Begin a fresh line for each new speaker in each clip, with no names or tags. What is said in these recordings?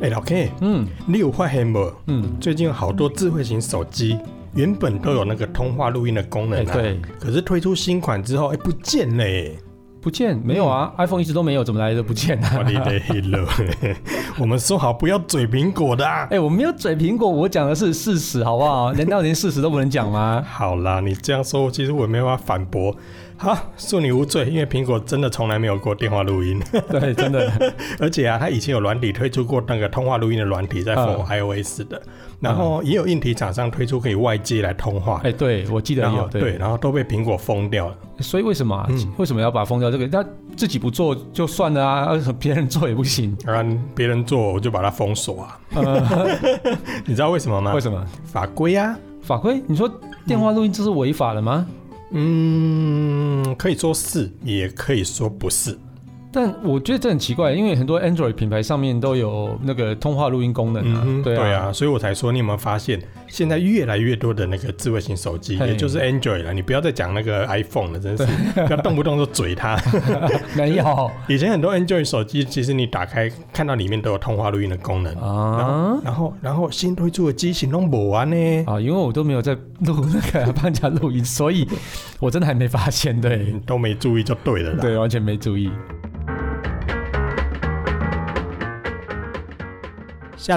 哎、老 K，
嗯
你有发现没？
嗯，
最近好多智慧型手机原本都有那个通话录音的功能
哎、
啊，
对，
可是推出新款之后，哎、不见了、哎
不见没有啊、i
嗯
p h o n e 一直都没有，怎么来的不见啊？
我 的的黑了，我们说好不要嘴苹果的、啊。
哎、我没有嘴苹果，我讲的是事实，好不 好？难道连事实都不能讲吗？
好啦，你这样说，其实我也没办法反驳。好，恕你无罪，因为苹果真的从来没有过电话录音，
对，真的，
而且啊，它以前有软体推出过那个通话录音的软体，在
嗯
for iOS 的，然后也有硬体厂商推出可以外接来通话
哎、，对我记得
然
有
后对，然后都被苹果封掉了。
所以为什么、啊
嗯
为什么要把它封掉这个？他自己不做就算了啊，为什么别人做也不行？
然后别人做，我就把它封锁啊。
呃，
你知道为什么吗
为？什么
法规啊，
法规？你说电话录音这是违法的吗？
嗯，可以说是，也可以说不是。
但我觉得这很奇怪，因为很多 Android 品牌上面都有那个通话录音功能啊，
哼
对啊，
对啊，所以我才说，你有没有发现，现在越来越多的那个智慧型手机，
嘿
也就是 Android 了，你不要再讲那个 iPhone 了，真是 不要动不动就嘴 它。
没 有
以前很多 Android 手机，其实你打开看到里面都有通话录音的功能，
啊。
然后然后新推出的机型都没完呢。
啊，因为我都没有在录那个啊帮人家录音，所以我真的还没发现，对啊
你都没注意就对了啦。
对，完全没注意。
下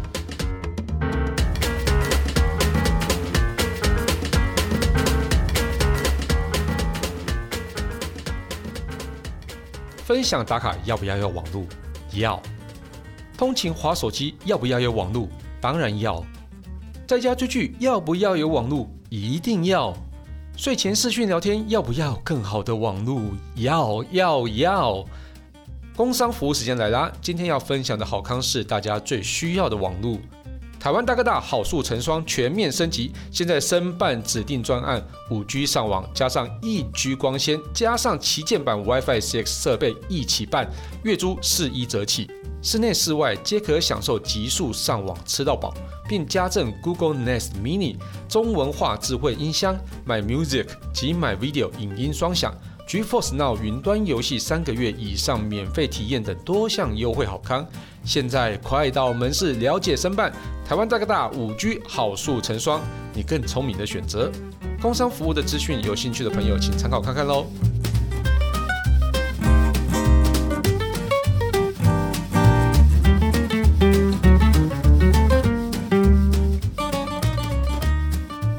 分享打卡要不要有网路？要。通勤划手机要不要有网路？当然要。在家追剧要不要有网路？一定要。睡前视讯聊天要不要更好的网路？要要要。工商服务时间来啦！今天要分享的好康是大家最需要的网路。台湾大哥大好数成双，全面升级，现在申办指定专案，五 G 上网加上一 G 光纤，加上旗舰版 WiFi CX 设备一起办，月租是一折起，室内室外皆可享受极速上网吃到饱，并加赠 Google Nest Mini 中文化智慧音箱、My Music 及 My Video 影音双享。GeForce Now 云端游戏三个月以上免费体验等多项优惠好康，现在快到门市了解申办。台湾大哥大五 G 好数成双，你更聪明的选择。工商服务的资讯，有兴趣的朋友请参考看看喽。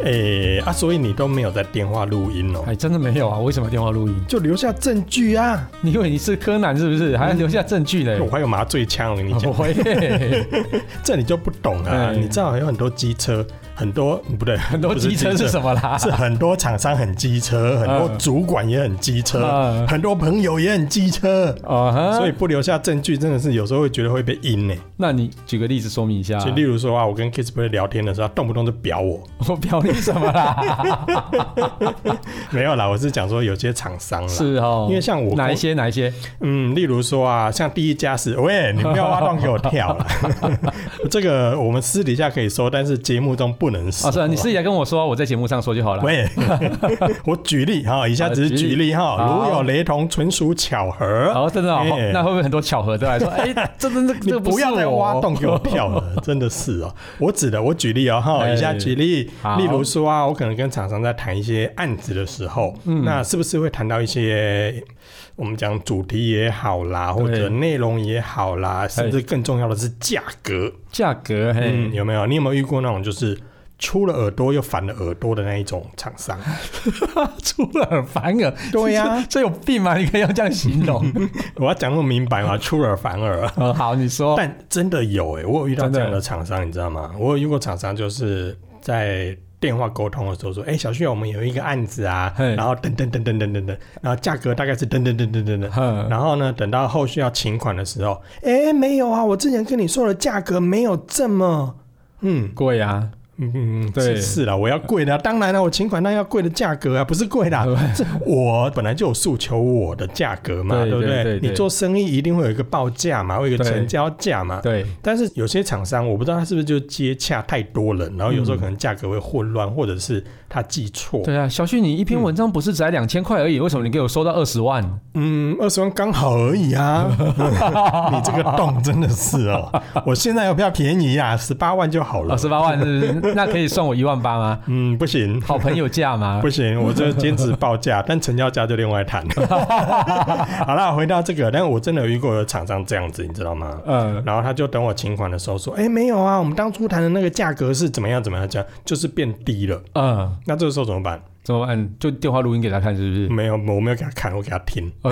诶、啊，所以你都没有在电话录音哦，
哎，真的没有啊？为什么电话录音？
就留下证据啊！
你以为你是柯南是不
嗯
是？还要留下证据嘞？
我还有麻醉枪，我跟你 讲，
会，
这你就不懂啊！
哎
你知道有很多机车，很多不对，
很多
不
机车是什么啦？
是很多厂商很机车，很多
嗯
主管也很机车，
啊
很多朋友也很机车，
啊哈！
所以不留下证据，真的是有时候会觉得会被阴欸呢。
那你举个例子说明一下。
就例如说啊，我跟 Kissplay 聊天的时候，动不动就表 我，
我表你什么 啦？
没有啦，我是讲说有些厂商啦，
是哦，
因为像我
哪一些哪一些？
嗯，例如说啊，像第一家是， 喂，你不要挖洞给我跳了。这个我们私底下可以说，但是节目中不能说。
啊，是啊，你私底下跟我说，我在节目上说就好了。
喂， 我举例哈，以下只是举例哈，
啊好
如有雷同，纯属巧合。
哦，真的哦，
哎
嗯
那会不会很多巧合都来说？哎，这真的
你
这个
不要
是
再挖
我
洞给我跳了， 真的是哦。我指的，我举例哦哈，
哎
以下举例，
好
例如说啊，我可能跟厂商在谈一些案子的时候，那是不是会谈到一些我们讲主题也好啦，或者
对
内容也好啦，甚至更重要的是价格。
价格，嘿
嗯，，有没有？你有没有遇过那种就是出了耳朵又反了耳朵的那一种厂 商？
出了很反耳，
对呀
这这有病吗？你可以用这样形容。
我要讲那么明白吗？出尔反尔。
呃，好，你说，
但真的有哎、我有遇到
真的
这样的厂商，你知道吗？我有遇过厂商，就是在电话沟通的时候说：“哎、小旭，我们有一个案子啊，
嘿
然后等等等等等等等，然后价格大概是等等等等等 等。”
哼
然后呢，等到后续要请款的时候，哎、没有啊，我之前跟你说的价格没有这么，嗯，
贵啊，
嗯，
对
是是啦，我要贵的啊、当然了，我请款单要贵的价格啊，不是贵 啦，这我本来就有诉求我的价格嘛，
对
不
对对对
你做生意一定会有一个报价嘛，会有一个
对
成交价嘛。
对，
但是有些厂商，我不知道他是不是就接洽太多人，然后有时候可能价格会混乱，或者是他记错。
对啊，小旭，你一篇文章不是才两千块而已，为什么你给我收到二十万？
嗯，二十万刚好而已啊！你这个洞真的是哦，我现在要不要便宜啊？十八万就好了。
二十八 万是不是那可以算我一万八吗？
嗯，不行，
好朋友价 吗？
不行，我这兼职报价， 但成交价就另外谈。 好啦，回到这个，但我真的有遇过有厂商这样子，你知道吗？
呃，
然后他就等我请款的时候说：“哎、没有啊，我们当初谈的那个价格是怎么样怎么样，这样就是变低了。
嗯，
那这个时候怎么办？
怎么办？就电话录音给他看，是不是？
没有，我没有给他看，我给他听。
呃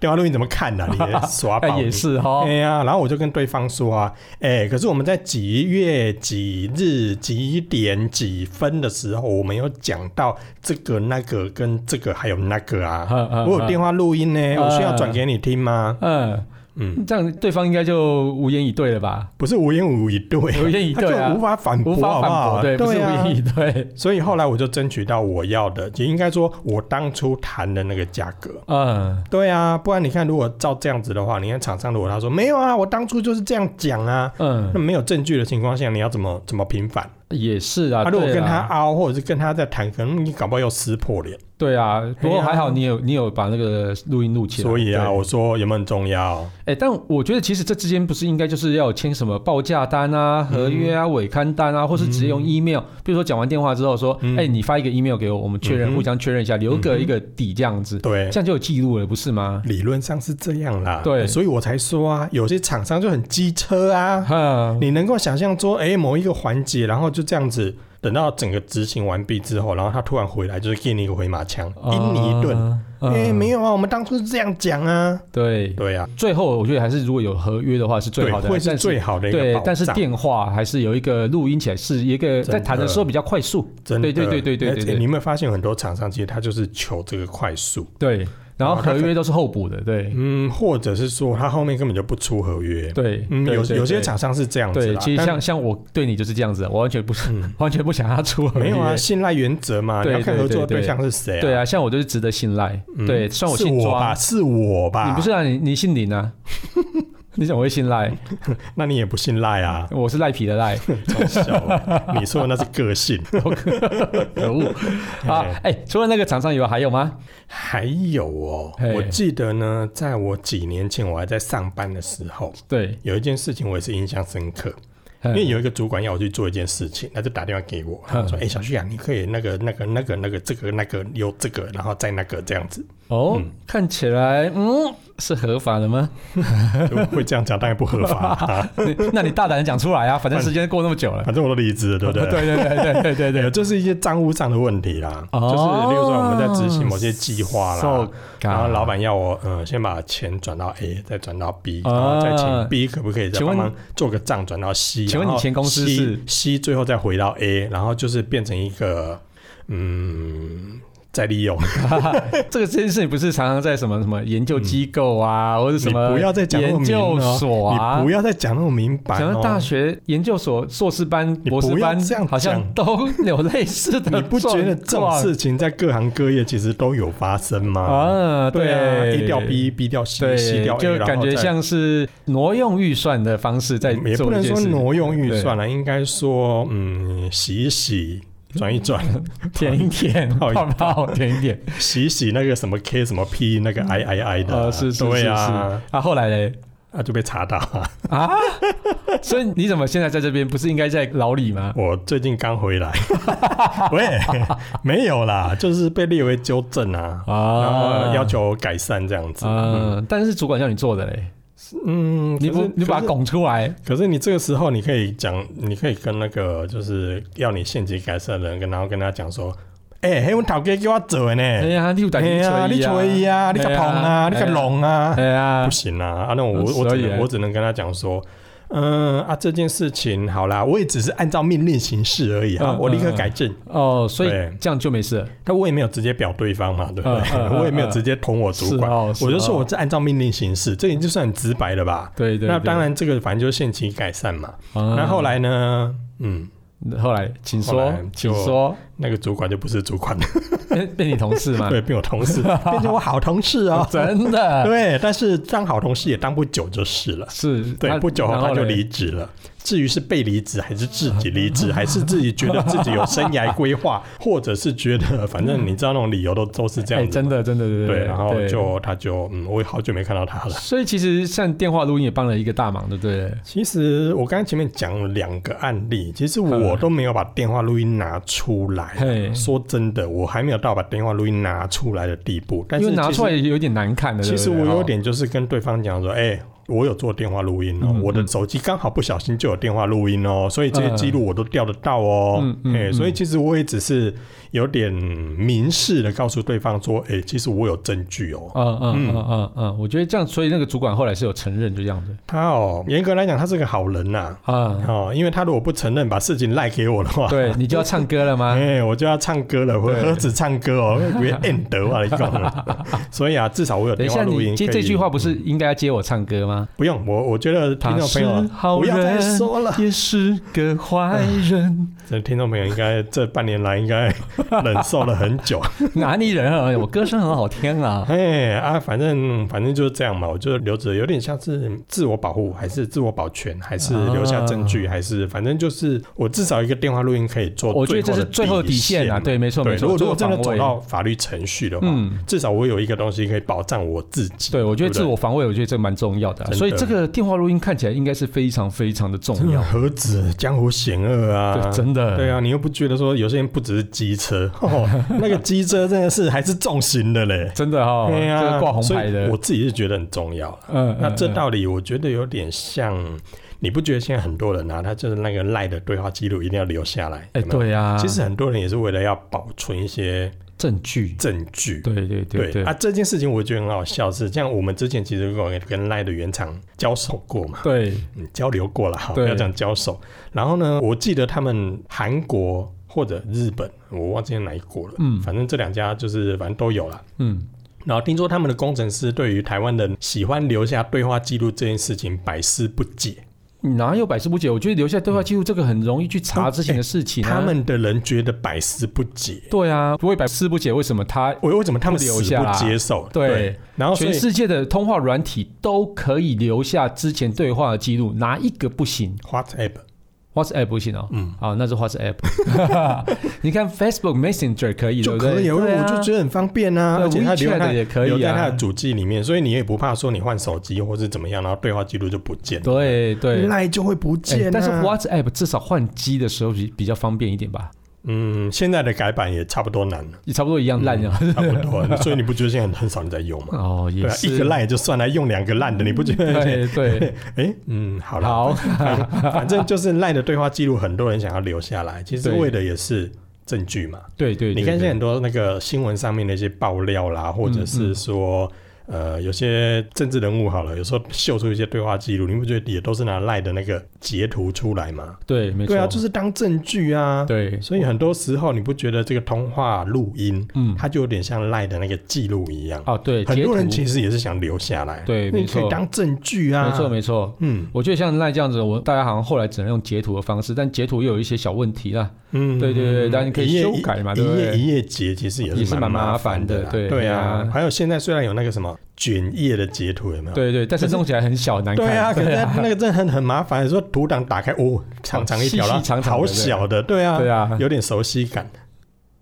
电话录音怎么看 呢、啊？你耍
哎
宝
也
你
是哈
哎，呀，然后我就跟对方说啊，哎，可是我们在几月几日几点几分的时候，我们有讲到这个那个跟这个还有那个啊。我有电
话，
话录音呢，我需要
嗯
转给你听吗？
嗯，
嗯，
这样对方应该就无言以对了吧？
不是无言以对，
无言以
他
对啊
就无法反
无
驳，
法
好不
反
好？
驳，对，不是无
啊
言以对，
所以后来我就争取到我要的，也应该说我当初谈的那个价格。
嗯，
对啊，不然你看，如果照这样子的话，你看厂商如果他说没有啊，我当初就是这样讲啊，那
嗯，
没有证据的情况下，你要怎么怎么平反？
也是啊。
他如果
对
跟
啦
他凹，或者是跟他在谈，可能你搞不好又撕破脸。
对啊，不过
嘿啊
还好你有你有把那个录音录起来。
所以啊，
对
我说有没有很重要？
哎，但我觉得其实这之间不是应该就是要有签什么报价单啊、合约啊、尾刊单啊，或是直接用 email，比如说讲完电话之后说，
嗯
哎，你发一个 email 给我，我们确
嗯
认
哼
互相确认一下，留个一个底这样子，
嗯对
这，样就有记录了，不是吗？
理论上是这样啦。
对
所以我才说啊，有些厂商就很机车啊。
哈，
你能够想象说，哎、某一个环节，然后就这样子，等到整个执行完毕之后，然后他突然回来，就是给你一个回马枪，
啊
阴你一顿。哎、没
有
有啊，我们当初是这样讲啊。
对。
对啊，
最后我觉得还是如果有合约的话是最好的，
对会是
但
最好的一个保
对
障。，
但是电话还是有一个录音起来，是一个
真的
在谈的时候比较快速。
真的，
对对对对对
而
对
且
对
你有没有发现很多厂商其实他就是求这个快速？
对，然后
哦他
合
可
约都是候补的，对
嗯，或者是说他后面根本就不出合约。
对，
嗯，
对
有
对
有些
对
厂商是这样子
对，
啦，
其实
但
像像我对你就是这样子，我完全不是
嗯
完全不想他出合
没
约。
有啊，信赖原则嘛，你
对
要看
对
合
对
作
对
对象是谁啊。
对啊，像我就是值得信赖，
嗯，
对，算我
是
姓
我
庄
吧，，是我吧？
你不是，啊，你你姓 林啊。你怎么会信赖？？
那你也不信赖啊
我是赖皮 的赖，
超小啊， 你说的那是个性。
可恶 啊！哎、除了那个厂商以外还有吗？
还有哦
嘿，
我记得呢，在我几年前我还在上班的时候，
对，
有一件事情我也是印象深刻，
因
因为有一个主管要我去做一件事情，他就打电话给我，他说：“哎、小旭啊，你可以那个、那个、那个、那个、这个、那个有这个，然后再那个这样子。
哦，
嗯
看起来嗯是合法的吗？”
会这样讲当然不合法、啊，
你那你大胆的讲出来啊！反正时间过那么久了，
反正我都离职了，对不对？
对对对对对对
对，
对，
这是一些账务上的问题啦，
哦
就是例如说我们在执行某些计划啦
So-。
然
啊
后老板要我，呃，先把钱转到 A，再转到 B，、
啊
然后再请 B 可不可以再
请
帮
问
忙做个账转到 C？
请问
然后
你前公司
C-
是
C，最后再回到 A，然后就是变成一个嗯再利用。
这个这件事情不是常常在什么什么研究机构啊，或者
嗯
什
你
么
不要再讲那么
研
明
究
了
所啊，
你不要再讲那么明白、
讲
哦
到。大学研究所硕士班、
你
博士
不要
班
这样，
好像
讲
都有类似 的
你不觉得这
状
种
况
事情在各行各业其实都有发生吗？
啊？
对啊
对
，A 掉 B，B 掉 C，C
对
掉，A，
就
然
感
后
觉
再嗯
像是挪用预算的方式在
也不
做
能
一件
说
事，
挪用预算了，应该说嗯，洗一洗，转一转，
舔一舔，
不好
泡
意思
泡舔 一点。
洗一洗那个什么 K 什么 P 那个 I I I 的啊，
呃，是是是
对
是
啊，
啊，后来嘞
啊就被查到啊。
啊，所以你怎么现在在这边？不是应该在牢里吗？
我最近刚回来， 喂，没有啦，就是被列为纠正啊， 然
啊
后要求改善这样子。嗯
嗯，但是主管叫你做的嘞，
嗯，
你
可
不
是
你把
可
它
是
拱出来，
可是你这个时候，你可以讲，你可以跟那个就是要你限级改善的人，跟然后跟他讲说，哎、欸，黑文头家叫我做的呢，
哎呀，你有打
哎
你
呀，你吹
锤
啊，你个
哎呀
碰啊，你个
哎呀
龙啊
哎，呀
不，行啊！啊，那我
嗯
我我
所
只
以
能
欸
我只能跟他讲说，嗯啊，这件事情好啦，我也只是按照命令行事而已啊
嗯，
我立刻
嗯
改正。
哦，所以
对
这样就没事了。
但我也没有直接表对方嘛，对不对
嗯嗯？嗯
我也没有直接捅我主管
是哦，是
我就
哦
说我是按照命令行事，这已经算很直白了吧？
对对，
那
对
当，然，这个反正就是限期改善嘛。
那
那后，来呢？嗯，
后来请
后
说
来，
请
就
说，
那个主管就不是主管了，
变变你同事嘛？。
对，变我同事，变成我好同事哦
嗯 真的
对，但是当好同事也当不久就是了。
是，
对，
那
不久后
然后
他就
嘞
离职了。至于是被离职，还是自己离职，还是自己觉得自己有生涯规 划，或者是觉得反正你知道那种理由都都是这
哎
样子嘛、
真的真的对
对，
对，
然后
对。
就他就嗯，我也好久没看到他了。
所以其实像电话录音也帮了一个大忙，对不对？
其实我刚才前面讲了两个案例，其实我
嗯
都没有把电话录音拿出来。
嘿，
说真的，我还没有到把电话录音拿出来的地步。但
因
是
为拿
其实
出来也有点难看的。
其实
对不哦
我
对
有，点就是跟对方讲说，哎、我有做电话录音哦、
嗯
我的
嗯
手机刚好不小心就有电话录音哦、所以这些记录我都调得到哦、
嗯嗯
哎、
嗯
所以其实我也只是有点明示的告诉对方说，哎、其实我有证据哦、
哦嗯
嗯
嗯嗯嗯嗯，我觉得这样，所以那个主管后来是有承认，就这样子
他哦，严格来讲，他是个好人呐、
啊。
哦，因为他如果不承认把事情赖给我的话，
对你就要唱歌了吗？
哎、我就要唱歌了，我
对
何止唱歌哦，别 end 得啊，你讲 了。所以啊，至少我有
等一
电话
下，
录
你
音。
接这句话不
嗯
是应该要接我唱歌吗？
不用，我我觉得听众朋
他
友啊
是好
不要再
人
说了，
也是个坏人，
这听众朋友应该这半年来应该忍受了很 久，
哪里人啊？我歌声很好听啊。
哎啊，反正反正就是这样嘛，我就留着，有点像是自我保护，还是自我保全，还是留下证据，还是反正就是我至少一个电话录音可以做，
啊我觉得这是最后的
底
底线啊，
嘛
对，没错
对，
没
如
错。
果如果
自
真
我
的
防
走
卫
到法律程序的话，
嗯，
至少我有一个东西可以保障我自己。
对，我觉得
对
自
不对
我防卫，我觉得这蛮重要的啊、
真的
所以这个电话录音看起来应该是非常非常的重
真的
要。
何止江湖险恶啊
对，！真的。
对啊，你又不觉得说有些人不只是机车，哦、那个机车真的是还是重型的嘞。
真的哈、哦，
对
这
啊，
个挂红牌
所以
的，
我自己是觉得很重要啦
嗯，
那
嗯
这
嗯
道理我觉得有点像，你不觉得现在很多人啊，他就是那个赖的对话记录一定要留下来？
哎、
有没有。
对啊，
其实很多人也是为了要保存一些
证据，
证据。
对对对对
啊，这件事情我觉得很好笑是，像我们之前其实跟跟赖的原厂交手过嘛，
对
嗯，交流过了哈，不
对
要讲交手。然后呢，我记得他们韩国或者日本，我忘记哪一国了，
嗯
反正这两家就是反正都有啦。
嗯，
然后听说他们的工程师对于台湾人喜欢留下对话记录这件事情百思不解，
哪有百思不解？我觉得留下对话记录这个很容易去查之前的事情、
嗯
啊
哎他们的人觉得百思不解，
对啊，我也百思不解为什么他
为为什么他们死
不留下
不
啦
接受？
对
然哦后所以
全世界的通话软体都可以留下之前对话的记录，哪一个不行
WhatsApp，
啊？WhatsApp 不行哦。
嗯。
啊，那是 WhatsApp。你看 Facebook Messenger 可以，
就
对不
可以，
对？
我
对啊
我就觉得很方便啊，
对
而且它留
WeChat
在
也可以啊
留在它的主机里面，所以你也不怕说你换手机或是怎么样，然后对话记录就不见了，
对对。
赖就会不
哎
见啊。
但是 WhatsApp 至少换机的时候比比较方便一点吧，
嗯，现在的改版也差不多 难了，
也差不多一样烂啊。
差不多了，所以你不觉得现在很少人在用吗？
哦，
嗯对
也
啊，
是。
一个烂也就算了，用两个烂的，你不觉得？
对对，
哎，嗯， 好了，
好，
反正就是赖的对话记录，很多人想要留下来，其实
对
为的也是证据嘛。
对对，对
你看现在很多那个新闻上面的一些爆料啦，或者
嗯
是说。呃，有些政治人物好了，有时候秀出一些对话记录，你不觉得也都是拿赖的那个截图出来吗？
对，没错，
对啊，就是当证据啊。
对，
所以很多时候你不觉得这个通话录音，
嗯，
它就有点像赖的那个记录一样，
哦，对，
很
截
多人
图
其实也是想留下来，
对
那你
没错
可以当证据啊。
没错没错。
嗯
我觉得像赖这样子，我大家好像后来只能用截图的方式，但截图又有一些小问题啦。
嗯，
对对对当然你可以
一页
修改嘛
一
对不
一
对
页一页截其实也
也
是
是蛮
麻
麻
烦
烦的
啦
对
对啊
对啊。
还有现在虽然有那个什么卷页的截图，有没有？
对对，但是
啊可是
弄起来很小难看。
对啊，可是那那个真的很很麻烦，说图档打开哦，长长一条，
细细
然后
长长的
好小的，对啊，
对啊，
有点熟悉 感。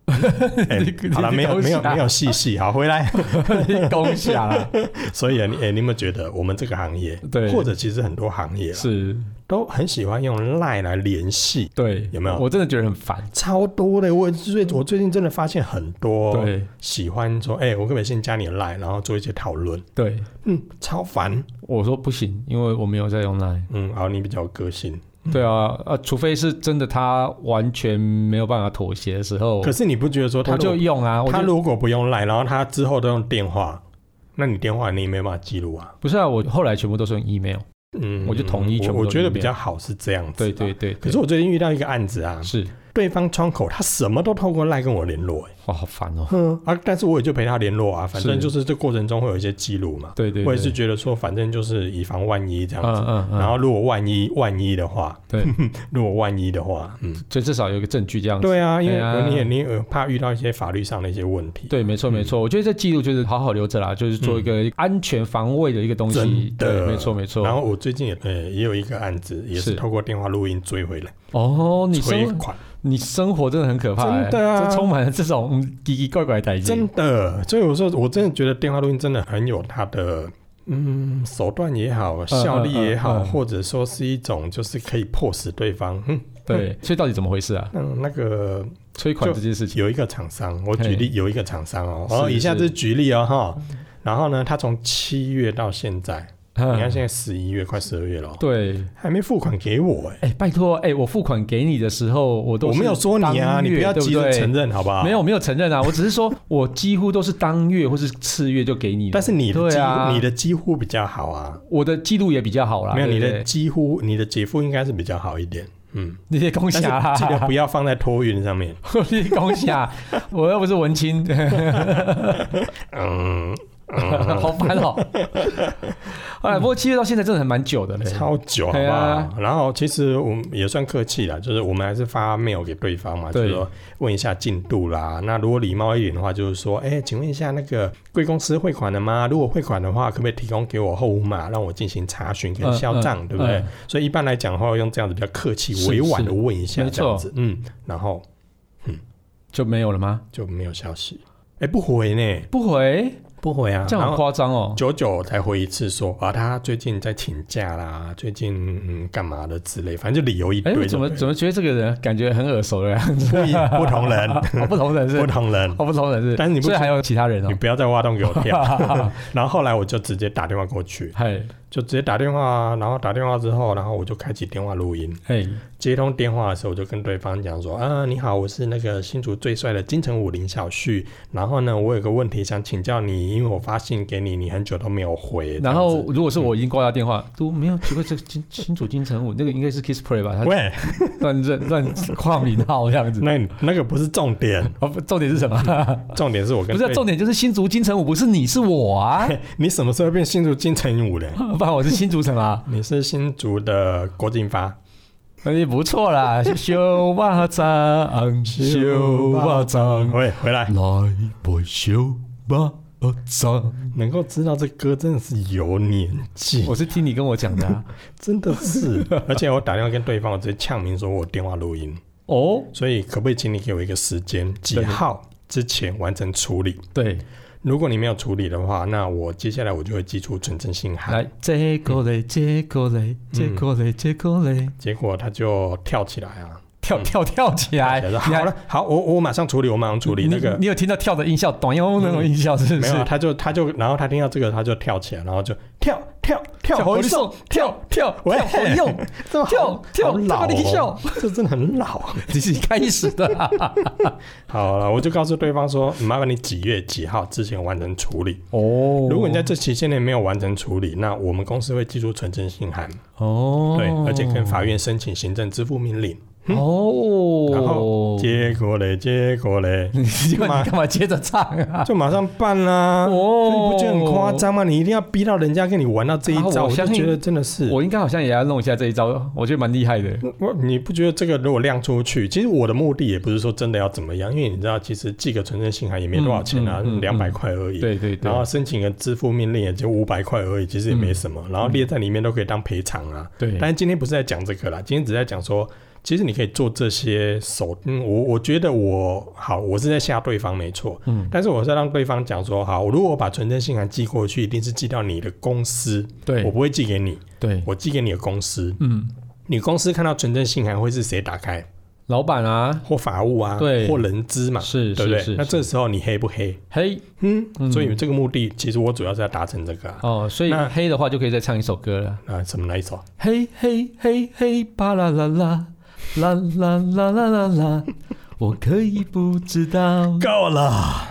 哎好了，
你
没有没有
你
没有细细，好回来。
攻下啦。
所以啊，你哎，你有没有觉得我们这个行业，
对，
或者其实很多行业啊
是
都很喜欢用赖来联系，
对，
有没有
我真的觉得很烦。
超多的。我最我最近真的发现很多，哦
对
喜欢说，哎、我可不可以先加你的 line，然后做一些讨论？
对，
嗯，超烦。
我说不行，因为我没有在用赖。
嗯，好，你比较有个性，
对啊，呃，除非是真的他完全没有办法妥协的时候，
可是你不觉得说他
哦我
如
就
果
用啊，我
他
就
如果不用 line，然后他之后都用电话，那你电话你也没办法记录啊。
不是啊，我后来全部都是用 email。
嗯，
我就同意全
我
部都
我觉得
一遍
比较好是这样子。
对对。对，
可是我最近遇到一个案子啊，
是
对方窗口他什么都透过赖跟我联络、哎
哇，好烦哦。
嗯啊，但是我也就陪他联络啊，反正
是
就是这过程中会有一些记录嘛。
对对，
我也是
对
觉得说，反正就是以防万一这样
嗯
子。
嗯嗯，
然后如果万一万一的话，
对，
如果万一的话，嗯，
就至少有一个证据这样子。
对啊，因为
对啊
你也你也怕遇到一些法律上的一些问题。
对，没错没
嗯
错，我觉得这记录就是好好留着啦，就是做一个安全防卫的一个东西。
真的
对，没错没错。
然后我最近也呃也有一个案子，也是
是
透过电话录音追回来，
哦，你
催
生
款，
你生活真的很可怕、欸，
真的啊
这充满了这种嗯奇奇怪怪的代际。
真的。所以我说，我真的觉得电话录音真的很有它的。嗯，手段也好，效力也好，
嗯嗯
或者说是一种就是可以迫使对方，嗯，
对，所以到底怎么回事啊？
嗯，那个
催款
就
这件事情，
有一个厂商，我
嘿
举例有一个厂商哦，
是
哦，以下
是
这是举例哦哈。然后呢，他从七月到现在，
你
你看现在十一月快十二月了哦，
嗯对，
嗯还没付款给我哎，
哎、拜托，哎、我付款给你的时候，我都
我
是
没有说你啊，
当
你
月
不要
对
急着
对
承认好不好？
没有，我没有承认啊，我只 是说我几乎都是当月或是次月就给你的，
但是你的
对
几、
啊
你的几乎比较好啊，
我的记录也比较好啦，
没有
对
你
不
的
对
几乎你的姐夫应该是比较好一点，嗯，
那些恭喜
但
啊，
是 记得不要放在托运上面，
我立功下，我又不是文青，
嗯，
好烦 哦。哎，不过七月到现在真的还蛮久的嗯嘞。
超久好不
对
好？
啊
然后其实我们也算客气啦，就是我们还是发 mail 给对方嘛，就
对
是说问一下进度啦。那如果礼貌一点的话，就是说，哎、请问一下那个贵公司汇款了吗？如果汇款的话，可不可以提供给我后码，让我进行查询跟
嗯
销账，
嗯
对不对？
嗯
所以一般来讲的话，用这样子比较客气、
是
委婉的问一
是
下
没
这样
错
子，嗯，然后
就没有了吗？
就没有消息。哎、不回呢？
不回，
不回啊，
这样很夸张哦。
久久才回一次说啊，他最近在请假啦，最近嗯干嘛的之类，反正就理由一
哎，
堆就对
我
了。
怎么怎么觉得这个人感觉很耳熟的样子？
不一不同人，
哦不同人是
不，同人，
哦，不同人是，
但是你不
所以还有其他人
你
哦。
不要再挖洞给我 跳。然后后来我就直接打电话过去，
嘿，
就直接打电话，然后打电话之后，然后我就开启电话录音。
嘿，
接通电话的时候，我就跟对方讲说：“啊，你好，我是那个新竹最帅的金城武林小旭。然后呢，我有个问题想请教你，因为我发信给你，你很久都没有回。这
然后
样子嗯
如果是我已经挂掉电话，都没有奇怪，这个金金主金城武那个应该是 Kiss Play 吧？他
喂，
乱认乱跨名号这样子。
那那个不是重点，
哦，不重点是什么？
重点是我跟
不是啊
对
重点，就是新竹金城武，不是你是我啊，
你什么时候变新竹金城武的？
不然我是新竹什么？啊
你是新竹的郭进发。”
那也不错啦， 小巴掌，小巴掌，
喂，回来，
来吧，小巴掌。
能够知道这歌真的是有年纪，
我是听你跟我讲的啊、
真的 是。而且我打电话跟对方，我直接呛明说我有电话录音，
哦，
所以可不可以请你给我一个时间，几
对
号之前完成处理？
对，
如果你没有处理的话，那我接下来我就会寄出存证信函。
来，这个嘞，这个
嗯
嘞，这个嘞，这个嘞，
结果他就跳起来啊，
跳跳跳起来，
哎跳起来说
你还
好了，好，我我马上处理，我马上处理那个
你。你有听到跳的音效，短音那种音效是不
没
是
有啊，？他就他就，然后他听到这个，他就跳起来，然后就跳跳啊跳
跳
回
回
送，
送，跳跳
喂
跳回用，
这么好
跳跳
好老、
跳跳
哦
跳，
这真的很老。啊
你自己开始的 啊、
好了，我就告诉对方说，麻烦你几月几号之前完成处理。
哦
如果你在这期限内没有完成处理，那我们公司会寄出存证信函，
哦，
对，而且跟法院申请行政支付命令。
哦，
然后结果嘞，结果嘞，
你你
干嘛
干嘛接着唱啊？
就马上办啦。所
哦
以你不觉得很夸？张吗？你一定要逼到人家跟你玩到这一
啊
招，
我
我就
相信
觉得真的是。
我应该好像也要弄一下这一招，我觉得蛮厉害的。
嗯我你不觉得这个如果亮出去，其实我的目的也不是说真的要怎么样，因为你知道，其实寄个存证信函也没多少钱啊，
嗯嗯嗯
两百块而已。
对对对
然，后申请个支付命令也就五百块而已，其实也没什么。然后列在里面都可以当赔偿啊。
嗯对
但是今天不是在讲这个啦，今天只是在讲说，其实你可以做这些手。嗯，我我觉得我好，我是在吓对方没错，
嗯，
但是我是在让对方讲说，好，如果我把存证信函寄过去，一定是寄到你的公司，我
对
不会寄给你，
对，
我寄给你的公司。
嗯，
你公司看到存证信函会是谁打开？
老板啊，
或法务啊，
对
或人资嘛，
是
对不
是
对？
是，
那
是
这时候你黑不黑？
黑
嗯，
嗯
所以这个目的其实我主要是要达成这个啊。
哦，所以
那
黑的话就可以再唱一首歌了，
啊，什么那一首？
嘿嘿嘿嘿，巴啦啦啦啦啦啦啦啦啦，我可以不知道
够了，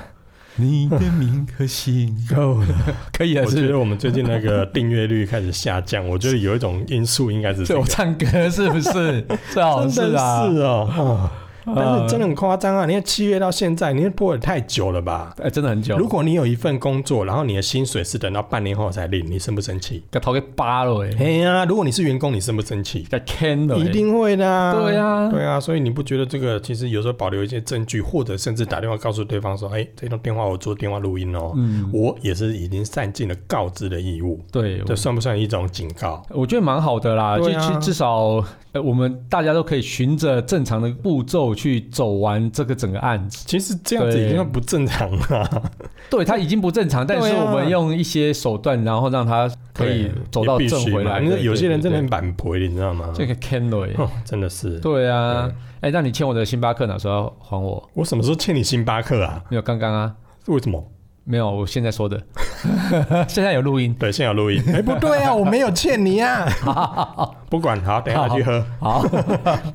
你的名和姓，
够 了。
可以了
我觉
是
得我们最近那个订阅率开始下降，我觉得有一种因素应该是
对
这
我
个。
唱歌是不是？最好
真的
啊，
是哦，啊但是真的
的，
很夸张啊！你看七月到现在，你看播也太久了吧？
哎，真的很久。
如果你有一份工作，然后你的薪水是等到半年后才领，你生不生气？
给头给扒了哎，
哎呀，如果你是员工，你生不生气？
给 can 了欸，
一定会的、啊。
对啊
对啊，所以你不觉得这个其实有时候保留一些证据，或者甚至打电话告诉对方说：“哎、这通电话我做电话录音哦，
嗯，
我也是已经善尽了告知的义务。”
对，
这算不算一种警告？
我觉得蛮好的啦，就
对啊
至至少呃，我们大家都可以循着正常的步骤去走完这个整个案子。
其实这样子
对
已经算不正常
嗯
了，
对，它已经不正常，但是
对啊
我们用一些手段，然后让它可以
对
走到
也必
正
须
回
嘛
来。
因为
对
有些人真的
对
很反驳，你知道吗？
对这个 can 了欸，
哦，真的是。
对啊
嗯，
哎，那你欠我的星巴克哪时候要还我？
我什么时候欠你星巴克啊？
没有，刚刚啊，
为什么？
没有，我现在说的， 现在有录音。
对，现在有录 音。哎、不对啊，我没有欠你啊。不管，好，等一下去喝。
好，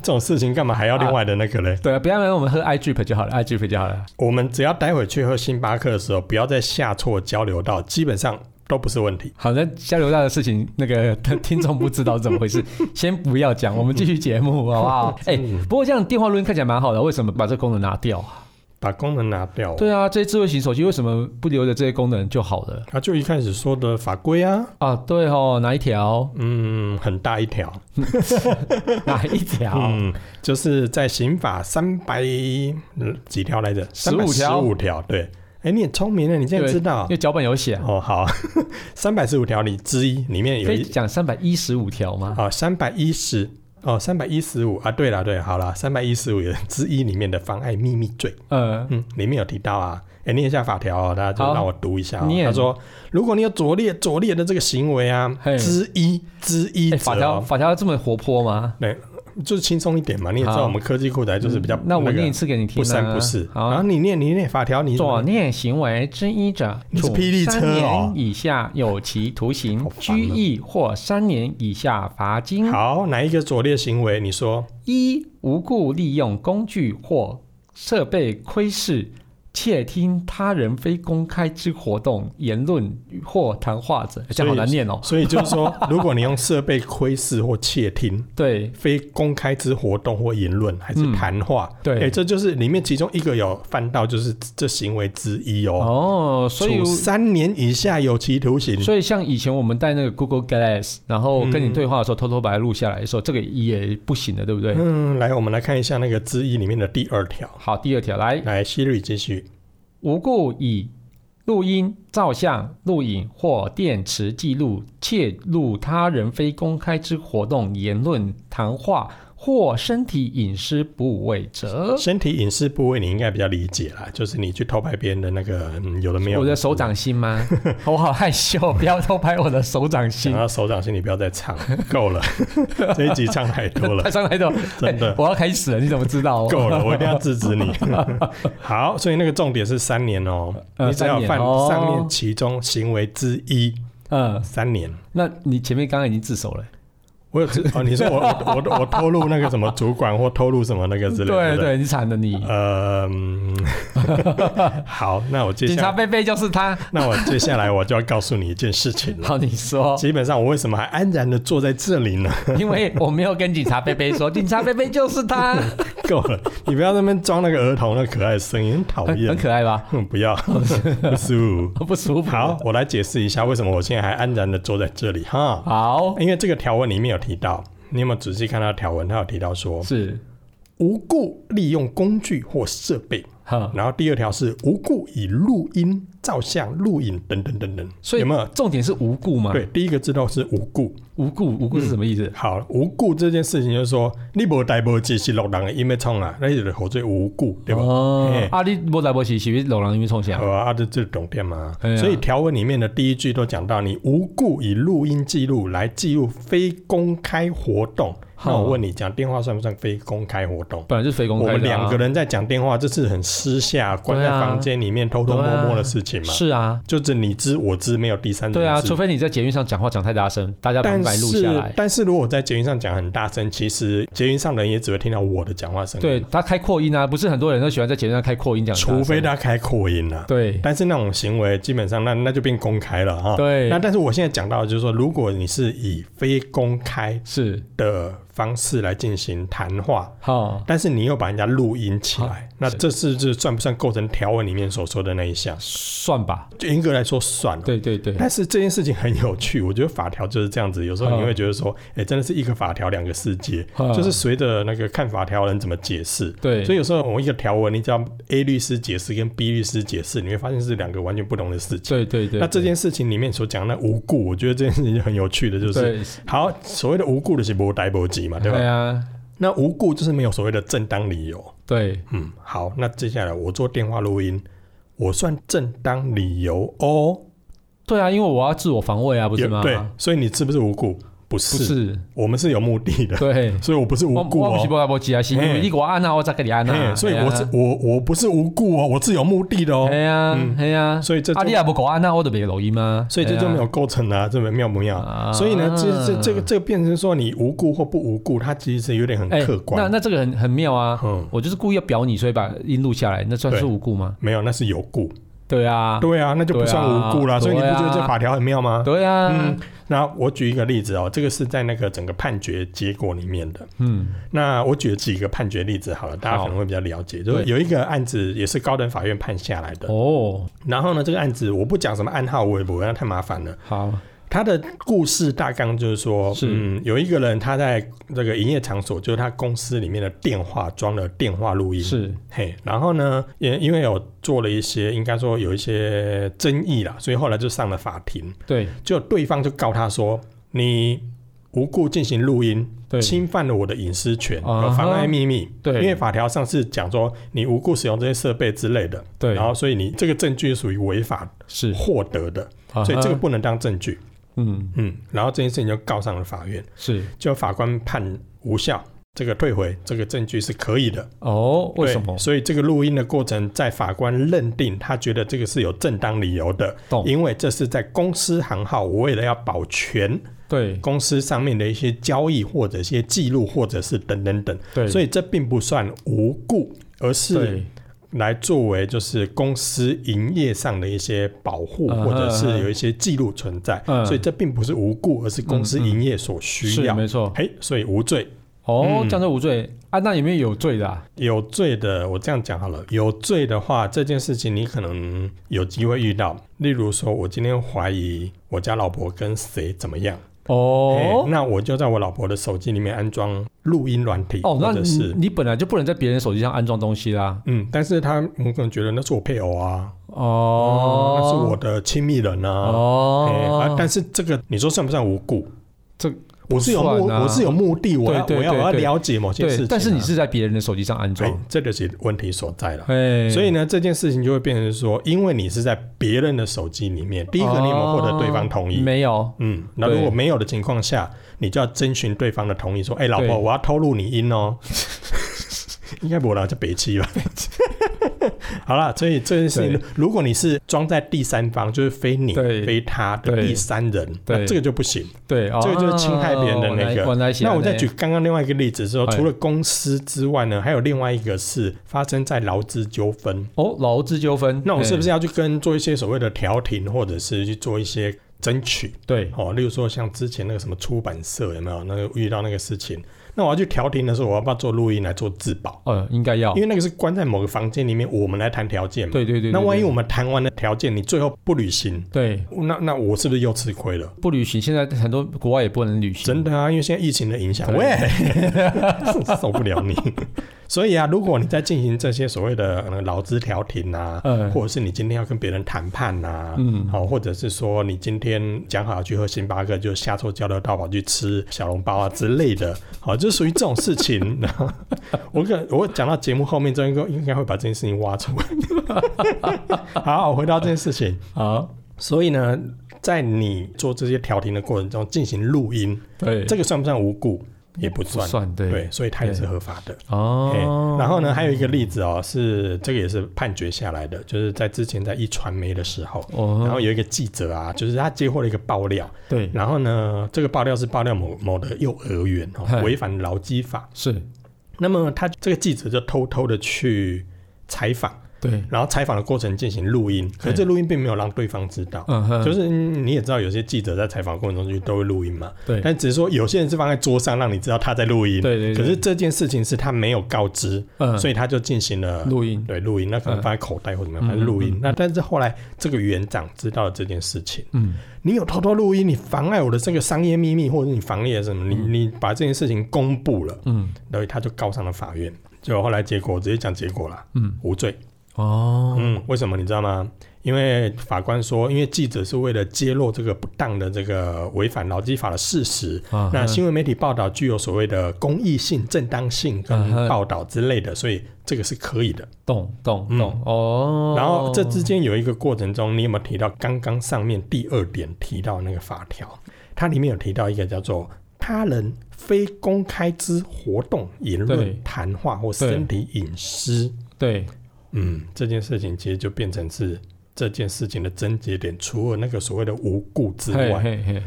这种事情干嘛还要另外的那个嘞？
对啊，不要让我们喝 iGP 就好了，iGP 就好了。
我们只要待会去喝星巴克的时候，不要再下错交流道，基本上都不是问题。
好，那交流道的事情，那个听众不知道怎么回事，先不要讲，我们继续节目好不好？哎、不过这样电话录音看起来蛮好的，为什么把这个功能拿掉啊？
把功能拿掉，
对啊，这些智慧型手机为什么不留着这些功能就好了？
啊，就一开始说的法规啊，
啊，对哦，哪一条？
嗯，很大一条，
哪一条？
嗯，就是在刑法三百几条来着，
15条
十五条，对。哎、你很聪明的，你竟然
对
知道
因为脚本有写啊，
哦。好， 三百十五条里之一里面有
可以
一
讲三百一十五条吗？
啊，三百一十哦，三百一十五啊，对了对，好了，三百一十五之一里面的妨碍秘密罪，
呃，
嗯，里面有提到啊，哎，念一下法条哦，大家就
好
让我读一下、哦。
念
他说，如果你有拙劣拙劣的这个行为啊
嘿，
之一之一
哎
者
法条
哦、
法条这么活泼吗？
对，就是轻松一点嘛。你也知
好
道我们科技酷宅就是比较、
那我
个
念一次给你听、啊，
不三不四，
好
然后你念你念法条，你
作孽行为之一者，
你是
处
霹雳车哦
三年以下有期徒刑
好、烦哦
拘役或三年以下罚金；
好哪一个拙劣行为？你说
一、无故利用工具或设备窥视、窃听他人非公开之活动、言论或谈话者，这样好难念哦。
所以就是说， 如果你用设备窥视或窃听。
对
非公开之活动或言论，还是
嗯
谈话？哎、
对，
这就是里面其中一个有犯到，就是这行为之一哦。
哦，所以
处三年以下有期徒刑。
所以像以前我们戴那个 Google Glass，然后跟你对话的时候，偷偷把它录下来的时候，这个也不行的，对不对？
嗯，来，我们来看一下那个之一里面的第二条。
好，第二条来。
来，Siri 继续。
无故以录音、照相、录影或电磁记录窃录他人非公开之活动、言论、谈话或身体隐私不为者。
身体隐私部位你应该比较理解啦，就是你去偷拍别人的那个，嗯、有的没有。
我的手。掌心吗？我好 害羞，不要偷拍我的手掌
想
心，
到手掌心，你不要再唱， 够 了，这一集唱太多了
太，伤害到。
真的
哎我要开始了，你怎么知道？
够了，我一定要制止 你。好，所以那个重点是三年哦，
呃
你只要
三年
犯
哦
上面其中行为之一，
嗯，
三 年。
那你前面刚刚已经自首了。
我有知哦，你说我我我我透露那个什么主管或透露什么那个之类的，
对
不对。
对，你惨了你。
呃，嗯 好，那我接
警察
下
贝贝就是他。
那我接下来我就要告诉你一件事情了。
好，你说。
基本上我为什么还安然的坐在这里呢？
因为我没有跟警察贝贝说，警察贝贝就是他，
够了，你不要在那边装那个儿童那可爱的声音，很讨
很
厌
很。可爱吧？
哼，不要， 不舒服。
不舒服。
好，，我来解释一下为什么我现在还安然的坐在这里哈，
好，
因为这个条文里面有提到，你有没有仔细看到条文？它有提到说
是，
无故利用工具或设备
哈，
然后第二条是无故以录音、照相、录影等等等等，
所以啊
有没有？
重点是无故嘛？
对，，嗯第一个知道是无故。
无故，无故是什么意思？
好，无故这件事情就是说，你无代无志是落人的音要创啊，那就是何罪无故，对吧？
哦
嘿，
啊，你无来无去，是不是老人因为冲啥
好？啊，啊这这懂点嘛
哎？呀
所以条文里面的第一句都讲到，你无故以录音记录来记录非公开活动。
好
那我问你，讲电话算不算非公开活动？
本来就是非公
我
开的啊
们两个人在讲电话，这是很私下关在
对啊
房间里面偷偷摸摸
对啊
的事情嘛？
是啊，
就是你知我知，没有第三人知。
对啊，除非你在捷运上讲话讲太大声，大家把
但
你把你录下
是
来。
但是如果我在捷运上讲很大声，其实捷运上的人也只会听到我的讲话声音。
对，他开扩音啊，不是很多人都喜欢在捷运上开扩音讲大声，
除非他开扩音了、啊。
对
但是那种行为基本上那那就变公开了哈。
对
那但是我现在讲到的就是说，如果你是以非公开
是
的方式来进行谈话，
哈，
但是你又把人家录音起
啊
来，那这是这算不算构成条文里面所说的那一项？
算吧，
就严格来说算了。
对对对，
但是这件事情很有趣，我觉得法条就是这样子。有时候你会觉得说，哎、真的是一个法条两个世 界，
嗯
就是随着那个看法条人怎么解释。
对，
所以
以
有时候我们一个条文，你只要 A 律师解释跟 B 律师解释，你会发现是两个完全不同的事情。
对对对，
那这件事情里面所讲的那无故，我觉得这件事情就很有趣的，就是
对
好所谓的无故的是无逮无及嘛，对吧？
对啊，
那无故就是没有所谓的正当理由。
对
嗯，好，那接下来我做电话录音，我算正当理由哦，
对啊，因为我要自我防卫啊，不是
有
吗？
对，所以你是不是无故？不
不
是，
是，
我们是有目的的，
对，
所以我不是无
我
故
我不是
哦。
波拉波吉啊，是因为
嘿
你给我按啊，我再给你按
嘿
啊，
所以我是、我我不是无故哦，我是有目的的哦
哎，呀
嗯，
哎呀，
所以这就、
啊，你也不给我按啊，我就没录音吗？
所以这就没有构成啊，这么妙不妙？
有
所以呢，这这这个这个变成说你无故或不无故，它其实是有点很
哎
客观。
那那这个很很妙啊，
嗯，
我就是故意要表你，所以把音录下来，那算是
对
无故吗？
没有，那是有故。
对啊，
对啊，那就不算无故啦。所
对啊
以你不觉得
对
这
啊
法条很妙吗？
对啊
嗯，，那我举一个例子哦，这个是在那个整个判决结果里面的。
嗯，
那我举几个判决例子好了，大家可能会比较了解。就是
对
有一个案子也是高等法院判下来的，
哦，
然后呢，这个案子我不讲什么暗号微博，那太麻烦了。
好，
他的故事大纲就是说，
是
嗯，有一个人他在这个营业场所，就是他公司里面的电话装了电话录音，
是，
嘿，然后呢，也因为有做了一些，应该说有一些争议啦，所以后来就上了法庭，
对
就对方就告他说，你无故进行录音，
对
侵犯了我的隐私权，
啊哈
有妨碍秘密。
对
因为法条上是讲说你无故使用这些设备之类的，
对，
然后所以你这个证据属于违法
是，
获得的，所以
啊哈
这个不能当证据。
嗯
嗯，然后这件事情就告上了法院，
是
就法官判无效，这个退回这个证据是可以的。
哦，为
对
什么？
所以这个录音的过程，在法官认定他觉得这个是有正当理由的，
懂？
因为这是在公司行号，我为了要保全
对
公司上面的一些交易或者一些记录，或者是等等等，
对，
所
以
以这并不算无故，而是来作为就是公司营业上的一些保护，
嗯
或者是有一些记录存在，
嗯
所以这并不是无故，而是公司营业所需
是
要。
没错。
嘿，所以无罪。
哦，
嗯
这样就无罪啊？那有没有有罪的啊？
有罪的，我这样讲好了。有罪的话，这件事情你可能有机会遇到。例如说，我今天怀疑我家老婆跟谁怎么样，
哦
嘿那我就在我老婆的手机里面安装录音软体，
哦，那
或者
你
是
你本来就不能在别人手机上安装东西啦。
嗯，但是他我可能觉得那是我配偶啊，
哦，
嗯那是我的亲密人啊，哎啊
哦，
但是这个你说算不算无故？
这
我是有
不
目，
算啊
我是有目的，我要
对对
我要
对
我要
对
了解某件事情
对
啊，，
但是你是在别人的手机上安
哎
装，，
这就是问题所在了。
哎，
所以呢，这件事情就会变成说，因为你是在别人的手机里面，第一个你有没有获得对方同意？
哦没有，
嗯，那
对
如果没有的情况下，你就要征询对方的同意，说：“哎、老
对
婆，我要偷录你音 哦。”应该不会啦，就北七吧。 好啦，所以这件事情
对，
如果你是装在第三方，就是非你
对
非他的
对
第三人，
对
那这个就不行。
对，
这个就是侵害别人的那个
哦原来是这
那
样
我再举刚刚另外一个例子说，
哎
除了公司之外呢，还有另外一个是发生在劳资纠纷。
哦，劳资纠纷，
那我是不是
哎
要去跟做一些所谓的调停，或者是去做一些争取？
对
哦，例如说像之前那个什么出版社有没有那个遇到那个事情？那我要去调停的时候，我要不要做录音来做自保？
呃，应该要
因，为那个是关在某个房间里面，我们来谈条件嘛。
对对对。
那
对
万一
对
我们谈完了条件，你最后不履行，
对
那那我是不是又吃亏了？
不旅行，现在很多国外也不能旅行，
真的啊，因为现在疫情的影响，
对
喂， 受不了你。所以啊，如果你在进行这些所谓的呃劳资调停啊，
嗯
或者是你今天要跟别人谈判啊，
嗯
好、或者是说你今天讲好要去喝星巴克，就下错交流道跑去吃小笼包啊之类的， 好、就属于这种事情。 然后我可我讲到节目后面，这应该应该会把这件事情挖出来。 好，回到这件事情，
啊，
所以呢，在你做这些调停的过程中进行录音，
对，
这个算不算无故？也不
不
算，
算对
对所以它也是合法的。嘿
哦，
然后呢，还有一个例子哦，是这个也是判决下来的，就是在之前在一传媒的时候，
哦，
然后有一个记者啊，就是他接获了一个爆料，
对
然后呢，这个爆料是爆料某某的幼儿园
嗨
哦，违反劳基法。
是，
那么他这个记者就偷偷的去采访，
对，
然后采访的过程进行录音，可是这录音并没有让对方知道。
嗯哼，
就是嗯你也知道，有些记者在采访过程中就都会录音嘛，
对，
但只是说有些人是放在桌上让你知道他在录音，
对对对
可是这件事情是他没有告知，
嗯，
所以他就进行了
录音，
对录音，那可能放在口袋或怎么样，
嗯
反正录音。
嗯嗯
那但是后来这个园长知道了这件事情，
嗯
你有偷偷录音，你妨碍我的这个商业秘密，或者你妨碍什么，你你把这件事情公布了，
嗯
然后他就告上了法院。就后来结果，我直接讲结果啦，
嗯，
无罪。
哦，
嗯，为什么你知道吗？因为法官说，因为记者是为了揭露这个不当的这个违反劳基法的事实，
啊
那
哼
新闻媒体报道具有所谓的公益性、正当性
嗯哼
跟报道之类的，所以这个是可以的。
懂懂
嗯
懂哦，
然后这之间有一个过程中，你有没有提到刚刚上面第二点提到那个法条？它里面有提到一个叫做他人非公开之活动、言
对
论、谈话或身体隐私。
对
嗯，这件事情其实就变成是这件事情的症结点，除了那个所谓的无故之
嘿
外，
嘿嘿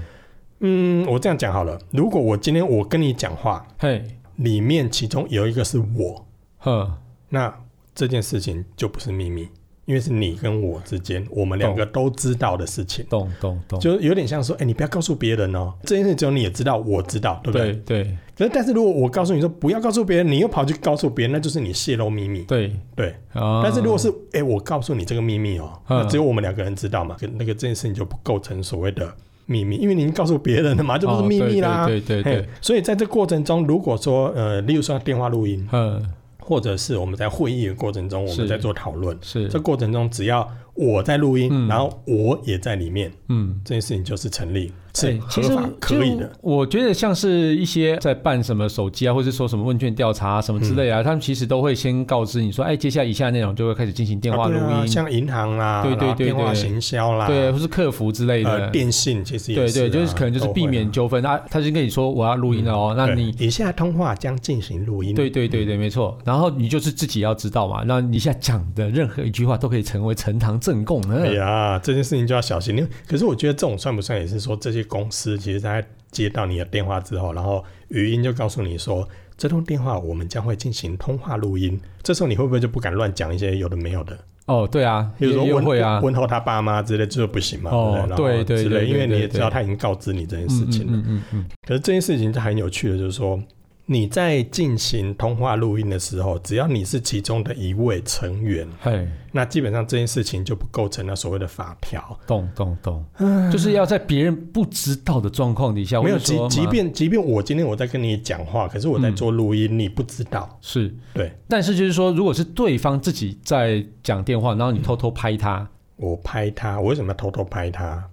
嗯，我这样讲好了，如果我今天我跟你讲话，
嘿，
里面其中有一个是我，
呵，
那这件事情就不是秘密，因为是你跟我之间，我们两个都知道的事情。
懂懂懂，
就有点像说，哎、你不要告诉别人哦，这件事只有你也知道，我知道，对不
对
对？
对
可是，但是如果我告诉你说不要告诉别人，你又跑去告诉别人，那就是你泄露秘密。
对
对，
啊，
但是如果是哎、诶我告诉你这个秘密哦、
嗯
那只有我们两个人知道嘛，那个这件事情就不构成所谓的秘密，因为您告诉别人了嘛，这不
哦
是秘密
对
啦。
对对对
嘿
对，
所以在这过程中，如果说呃，例如说电话录音，
嗯
或者是我们在会议的过程中，我
是
们在做讨论，
是
这过程中只要我在录音，
嗯
然后我也在里面，
嗯。
这件事情就是成立，是
对，
合
其实
法可以的。。
我觉得像是一些在办什么手机啊，或者说什么问卷调查、啊、什么之类
嗯
啊，他们其实都会先告知你说，哎，接下来以下内容就会开始进行电话
啊
录
对啊
音，
像银行啦，
对对
然后
对
电话
对
行销啦，
对，，或是客服之类
呃，
的。
电信其实也
对
是啊、
对，就是可能就是
都会
避
啊嗯
免纠纷。那他就跟你说我要录音了哦，那
对
你
以下通话将进行录音。
对对对对，没错。然后你就是自己要知道嘛，那你现在讲的任何一句话都可以成为呈堂证供呢。
哎呀，这件事情就要小心。因为可是我觉得这种算不算也是说，这些公司其实在接到你的电话之后，然后语音就告诉你说，这通电话我们将会进行通话录音。这时候你会不会就不敢乱讲一些有的没有的？
哦，对啊，
比如说
也也
问
会啊，
问候他爸妈之类，这就不行嘛，
哦
对不对？然后
对对
之
对
类，
对
因为你
对
也知道
对
他已经告知你这件事情啊了。
嗯嗯嗯嗯
可是这件事情它很有趣的，就是说你在进行通话录音的时候，只要你是其中的一位成员，
嗯，嘿，
那基本上这件事情就不构成了所谓的法条。
懂懂懂，就是要在别人不知道的状况底下，
没有，
我就
即
说嗯
即
嘛
便即便我今天我在跟你讲话，可是我在做录音，你不知道。
是，
对
但是就是说，如果是对方自己在讲电话，然后你偷偷拍他，
我拍他，我为什么要偷偷拍他？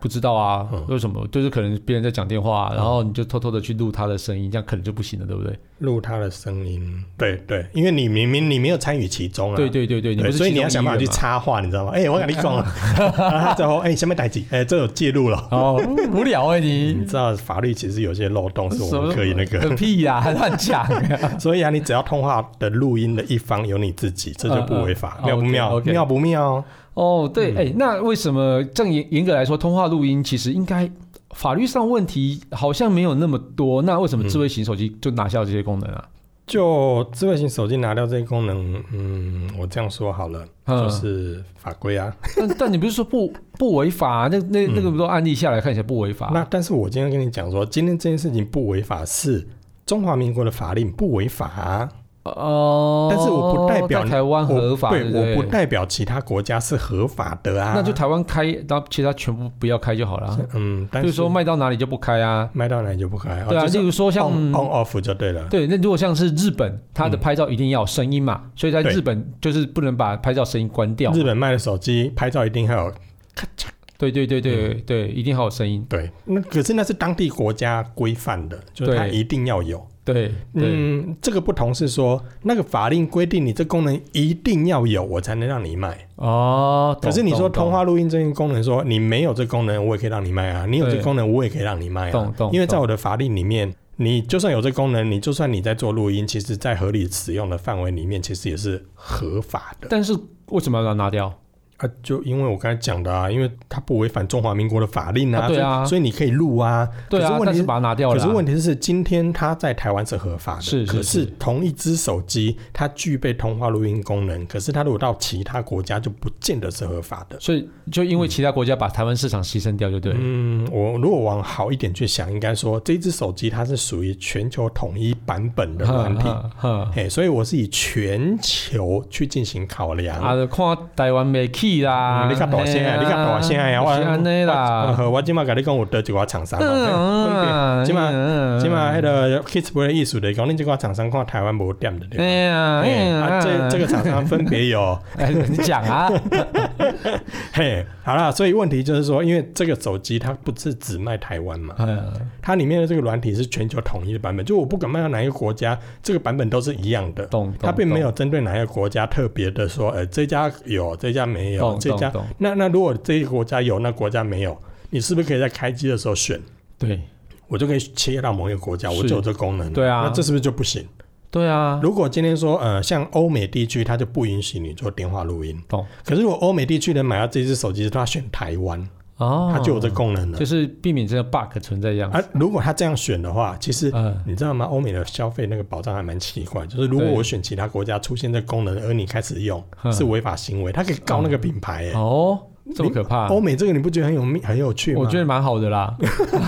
不知道啊，
嗯
为什么？就是可能别人在讲电话，啊然后你就偷偷的去录他的声音，这样可能就不行了，对不对？
录他的声音，对对，因为你明明你没有参与其中啊，
对对对对，你不
对，
是
所以
其
你
中
要想办法
一
去
员嘛。
插话，你知道吗？哎、我跟你讲 了，然后他最后哎，下面逮起，哎、这有介入了。
哦，无聊哎、
你
你
知道法律其实有些漏洞是我们可以那
什么
个，
屁呀、乱讲、
所以啊，你只要通话的录音的一方有你自己，这就不违法
嗯嗯，
妙不妙？
OK，OK
妙不妙？
哦，
嗯
对，哎、那为什么正严严格来说，通话录音其实应该法律上问题好像没有那么多，那为什么智慧型手机就拿下这些功能啊？
就智慧型手机拿掉这些功能，嗯，我这样说好了，
嗯
就是法规啊。
但但你不是说不不违法、啊那那
嗯
那个不都案例下来看起来不违法？啊
那但是我今天跟你讲说，今天这件事情不违法是。中华民国的法令不违法啊、
哦，
但是我不代表
在台湾合法，
我
对
对，
对
我不代表其他国家是合法的啊。
那就台湾开，然后其他全部不要开就好了。啊
嗯，但
比如
是
说卖到哪里就不开啊，
卖到哪里就不开，
对啊，
哦就是
例如说
on,
像
on off 就对了。
对，那如果像是日本，它的
嗯
拍照一定要有声音嘛，所以在
对
日本就是不能把拍照声音关掉。
嗯日本卖的手机拍照一定还有
对对对对
嗯
对，一定要有声音。
对，那可是那是当地国家规范的，就是
对
它一定要有。
对对，
嗯，这个不同是说，那个法令规定你这功能一定要有，我才能让你卖。
哦，懂
可是你说
懂懂
通话录音这个功能说你没有这功能，我也可以让你卖啊；你有这
对
功能，我也可以让你卖啊。
懂懂，
因为在
懂
我的法令里面，你就算有这功能，你就算你在做录音，其实在合理使用的范围里面，其实也是合法的。
但是为什么要把它拿掉？
啊，就因为我刚才讲的啊，因为它不违反中华民国的法令啊，
啊对啊
所以所以你可以录啊。
对
可
啊
是，问
但
题
是把它拿掉
可
了啊、
是问题是，今天它在台湾是合法的，
是是
可
是
是同一只手机它具备通话录音功能，可是它如果到其他国家就不见得是合法的。
所以就因为其他国家把台湾市场牺牲掉，就对了。
嗯，我如果往好一点去想，应该说这只手机它是属于全球统一版本的软体，
哼哼
嘿，所以我是以全球去进行考量。
啊，就看台湾未起啦，
嗯你较大声啊，你较大声啊！我
是安尼
我
啦。
好我今麦甲你讲有得一寡厂商哦，
嗯，
即马
嗯
今麦迄，个 Kissplay 的意思就是讲，恁即寡厂商看台湾无点的
哎
对吧。
呀，哎
嘿
呀
啊，这这个，厂商分别 有，
哎，你讲 啊，
嘿，好啦，所以问题就是说，因为这个手机它不是只卖台湾嘛，
嗯
它里面的这个软体是全球统一的版本，就我不管卖到哪一个国家，这个版本都是一样的。
懂，
它并没
有
有针对哪一个国家特别的说，呃，这家有，这家没有，这家
懂，懂
那那如果这个国家有，那国家没有，你是不是可以在开机的时候选？
对
我就可以切到某一个国家，
是
我就有这功能。
对啊
那这是不是就不行？
对啊，
如果今天说，呃，像欧美地区，它就不允许你做电话录音。
懂
可是如果欧美地区人买到这只手机，他选台湾，
哦，
他就有这功能了。
就是避免这个 bug 存在这样子。
而如果他这样选的话，其实
嗯，
你知道吗？欧美的消费那个保障还蛮奇怪，就是如果
对
我选其他国家出现这功能，而你开始用，
嗯
是违法行为，他可以告那个品牌、欸。
哦，这么可怕，
欧美这个你不觉得很有密很有趣吗？
我觉得蛮好 的啦，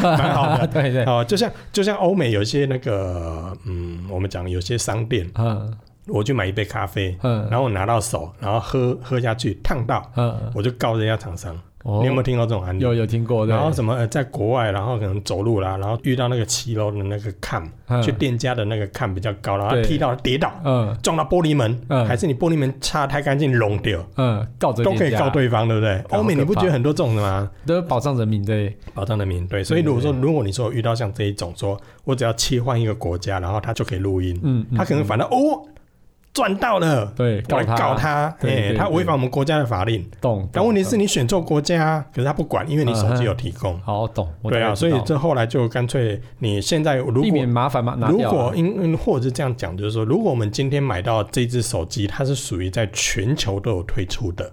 蛮好的。
对对，
哦，就像就像欧美有一些那个，嗯，我们讲有些商店，
嗯
我去买一杯咖啡，
嗯
然后我拿到手，然后喝喝下去，烫到，
嗯，
我就告人家厂商。
哦
你有没有听过这种案例？
有有听过对
然后什么、呃、在国外，然后可能走路啦，然后遇到那个骑楼的那个坎，
嗯
去店家的那个坎比较高，然后
对
踢到跌倒，
嗯
撞到玻璃门，
嗯
还是你玻璃门擦太干净弄掉，
嗯，告着
都可以
店家
告，对方，对不对？
好
欧美你不
可怕
觉得很多这种的吗？
都是保障人民对，
保障人民对，所以如果说如果你说遇到像这一种，说我只要切换一个国家，然后他就可以录音，
嗯，嗯
他可能反正哦赚到了，
对
我
告
来
他
告他，
对对
哎，
对
他违反我们国家的法令。
懂，
但
懂
问题
懂嗯
是你选错国家啊，可是他不管，因为你手机有提供。
好懂，我
对
大
啊，
概
所
知道
以这后来就干脆你现在如
避免
果
麻烦嘛，拿
如
掉啊
果
了。
因嗯或者是这样讲，就是说，如果我们今天买到这只手机，它是属于在全球都有推出的，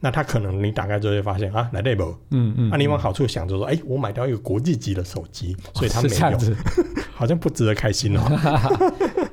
那它可能你打开之后就会发现啊，来这不？
嗯嗯，
那、啊你往好处想，就说，哎、我买到一个国际级的手机，所以它
哦是
没
这样
有，
子。
好像不值得开心哦。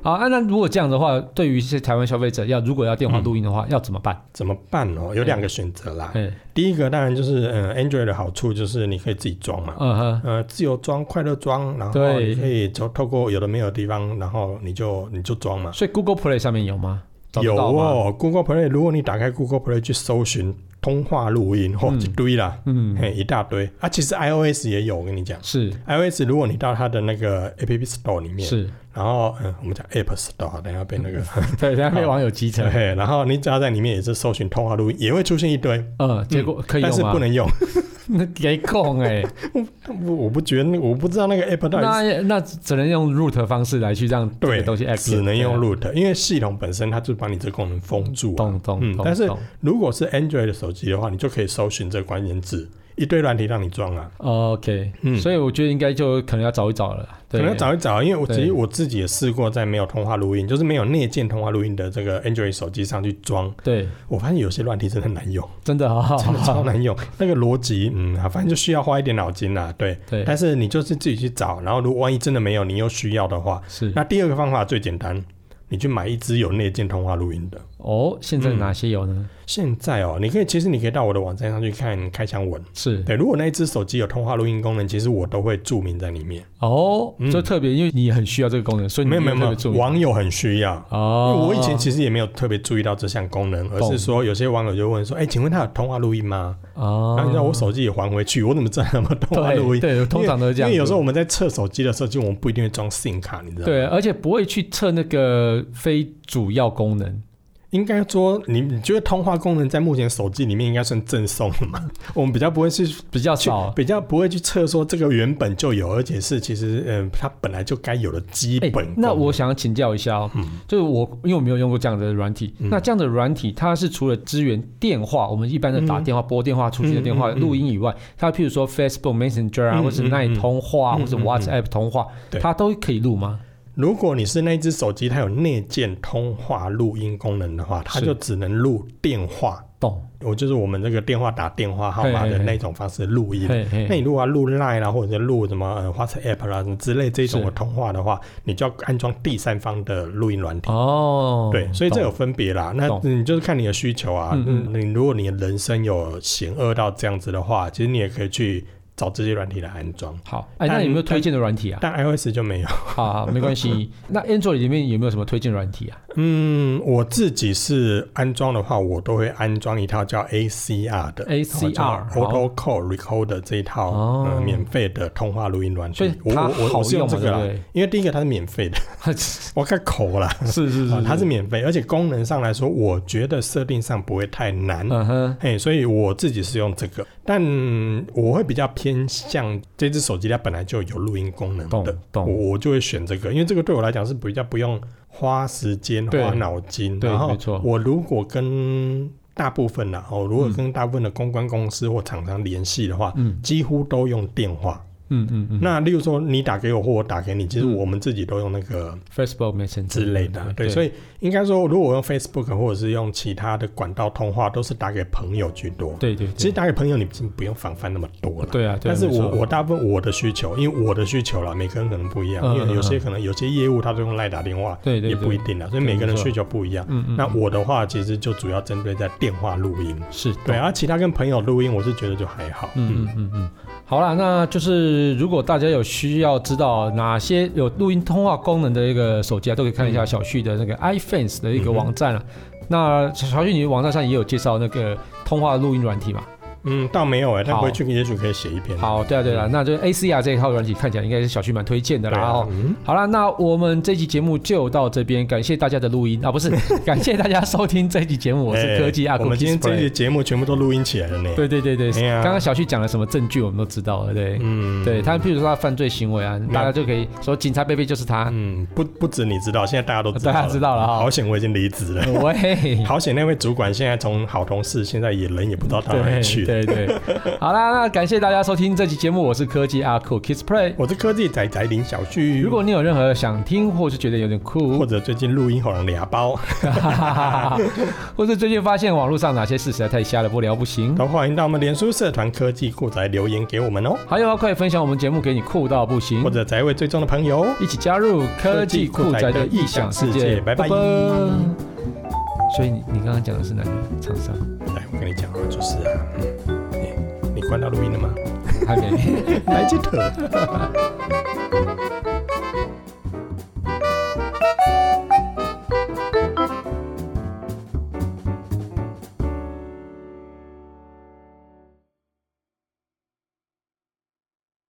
好啊，那如果这样的话，对于一些台湾消费者要如果要电
嗯
话录音的话，要怎么办？
怎么办哦？有两个选择啦。
嗯
第一个当然就是，嗯、a n d r o i d 的好处就是你可以自己装嘛，
嗯哼，
呃，自由装、快乐装，然后你
对
可以就透过有的没有的地方，然后你就你就装嘛。
所以 Google Play 上面有吗？找得
有
到吗，
哦，Google Play，如果你打开 Google Play 去搜寻通话录音，嚯、
嗯
一堆啦，
嗯，
嘿，一大堆。啊，其实 iOS 也有，我跟你讲
是
，iOS 如果你到它的那个 App Store 里面，
是，
然后嗯，我们讲 App Store，等一下被那个
对，等下被网友 击沉。
对，然后你只要在里面也是搜寻通话录音，也会出现一堆，
嗯，结果可以
但
用
是
吗
不？能用。
那给控哎，
我我不觉得那，我不知道那个 app 到底
那那只能用 root 方式来去让这
对
个东西 a
是只能用 root，因为系统本身它就把你这功能封住、啊。
懂懂
嗯
懂，
但是
懂
如果是 Android 的手机的话，你就可以搜寻这个关键字，一堆软体让你装啊。
OK，
嗯
所以我觉得应该就可能要找一找了，
可
对
能要找一找，因为我
对
其实我自己也试过在没有通话录音，就是没有内建通话录音的这个 Android 手机上去装，
对，
我发现有些软体真的很难用，
真的啊，
真的超难用。那个逻辑，嗯，啊反正就需要花一点脑筋啦、对，
对，
但是你就是自己去找，然后如果万一真的没有，你又需要的话，
是
那第二个方法最简单，你去买一支有内建通话录音的。
哦，
嗯
现在哪些有呢？
现在哦，你可以其实你可以到我的网站上去看开箱文。
是
对，如果那一只手机有通话录音功能，其实我都会注明在里面。
哦，
嗯
就特别因为你很需要这个功能，所以你
没有没有没
特别注
有，
意
网友很需要。因为
哦，
我以前其实也没有特别注意到这项功能，而
懂
是说有些网友就问说：“哎、请问他有通话录音吗？”
哦，
啊然后你知道我手机也还回去，我怎么知道他有没有通话录
对
音？
对，通常都是这
因为
样子，
有时候我们在测手机的时候，就我们不一定会装 SIM 卡，你知道吗？
对，而且不会去测那个非主要功能，
应该说，你你觉得通话功能在目前手机里面应该算赠送了吗？ 我们比较不会去
比较
去
少。哎
比较不会去测说这个原本就有，而且是其实嗯、它本来就该有的基
哎
本功能、，
那我想请教一下哦，
嗯
就是我因为我没有用过这样的软体，
嗯
那这样的软体它是除了支援电话，我们一般的打电话、拨电话出去的电话、
嗯嗯嗯
录音以外，它譬如说 Facebook Messenger 啊，
嗯
或是 Line
嗯嗯
通话，
嗯
或是
嗯嗯
WhatsApp 通话，
对
它都可以录吗？
如果你是那一只手机，它有内建通话录音功能的话，它
是
就只能录电话，
懂？
我就是我们这个电话打电话号码
嘿嘿
的
嘿
那种方式录音。
嘿嘿
那你如果要录 Line 啊，或者是录什么呃 WhatsApp 啦、什么之类这种
是
的通话的话，你就要安装第三方的录音软体。
哦，
对，所以这
懂
有分别啦。那
懂
你就是看你的需求啊。
嗯
嗯，你如果你的人生有险恶到这样子的话，其实你也可以去找这些软体来安装。
好。哎，那
但
有没有推荐的软 体啊？
但 iOS 就没有。
好好，没关系。那 Android 里面有没有什么推荐软体啊？
嗯，我自己是安装的话，我都会安装一套叫 ACR 的
ACR 好
Auto Call Recorder 这一套、
哦
呃、免费的通话录音软
所
体
以。
我
它
我我
好
我是用
用嘛，
这
对
个啊
不
啦，
对？
因为第一个它是免费的，
是
我看口啦，
是是
啊
是，
它是免费，而且功能上来说，我觉得设定上不会太难。
嗯哼，
嘿，所以我自己是用这个，但我会比较偏向这只手机它本来就有录音功能
懂
的，我
懂，
我就会选这个，因为这个对我来讲是比较不用花时间、
对
花脑筋。
对
然后
没错
我如果跟大部分啦、哦，如果跟大部分的公关公司或厂商联系的话，
嗯
几乎都用电话。
嗯嗯嗯。
那例如说你打给我或我打给你，其实
嗯
我们自己都用那个
Facebook Messenger
之类的。对，所
以
以应该说，如果我用 Facebook 或者是用其他的管道通话，都是打给朋友居多。
对对，对
其实打给朋友你真不用防范那么多了。
对啊，对
但
啊
是
没
我
错
我大部分我的需求，因为我的需求啦，每个人可能不一样，
嗯
因为有些
嗯嗯
可能有些业务他都用赖打电话，
对对
也不一
对，
定啦，所以
对
每个人
没错
需求不一样。
嗯嗯，
那我的话其实就主要针对在电话录音，
是
对，
懂
而、其他跟朋友录音，我是觉得就还好。
嗯嗯嗯嗯，好啦，那就是如果大家有需要知道哪些有录音通话功能的一个手机啊，都可以
嗯
看一下小旭的那个 iFans 的一个网站啊。那小旭，你的网站上也有介绍那个通话录音软体嘛？
嗯，倒没有哎、但
好
回去也许可以写一篇。
好，对啊对啊，那就 ACR 这一套软体看起来应该是小旭蛮推荐
嗯
的
对
啦
啊，
哦。
嗯，
好了，那我们这期节目就到这边，感谢大家的录音 啊，不是，感谢大家收听这期节目，我是科技
哎
阿
我
酷
们今天
Kiss
这
Play
期节目全部都录音起来了呢。
对对对对，
哎呀
刚刚小旭讲了什么证据，我们都知道了，对。
嗯
对他，譬如说他犯罪行为啊，
那
大家就可以说警察贝贝就是他，
嗯，不不止你知道，现在大家都知道
大
了，
家知道了嗯哈
好。险我已经离职了。
喂，
好险那位主管现在从好同事，现在也人也不知道到哪里去
对
了。
对对，好啦，那感谢大家收听这期节目，我是科技阿酷 Kiss Play。
我是科技仔仔林小旭，
如果你有任何想听或是觉得有点
或
酷，
者最近录音好像俩包，
或是最近发现网络上哪些事实在太瞎了，不聊不行。
都欢迎到我们脸书社团科技酷宅留言给我们哦，
还有啊，快分享我们节目给你酷到不行
或，者宅位追踪的朋友哦。
一起加入科技酷宅的异想世界，
拜拜
所以你你刚刚讲的是哪个厂商？
来，我跟你讲啊，就是啊，嗯，你你关到录音了吗？
还没。
来接头。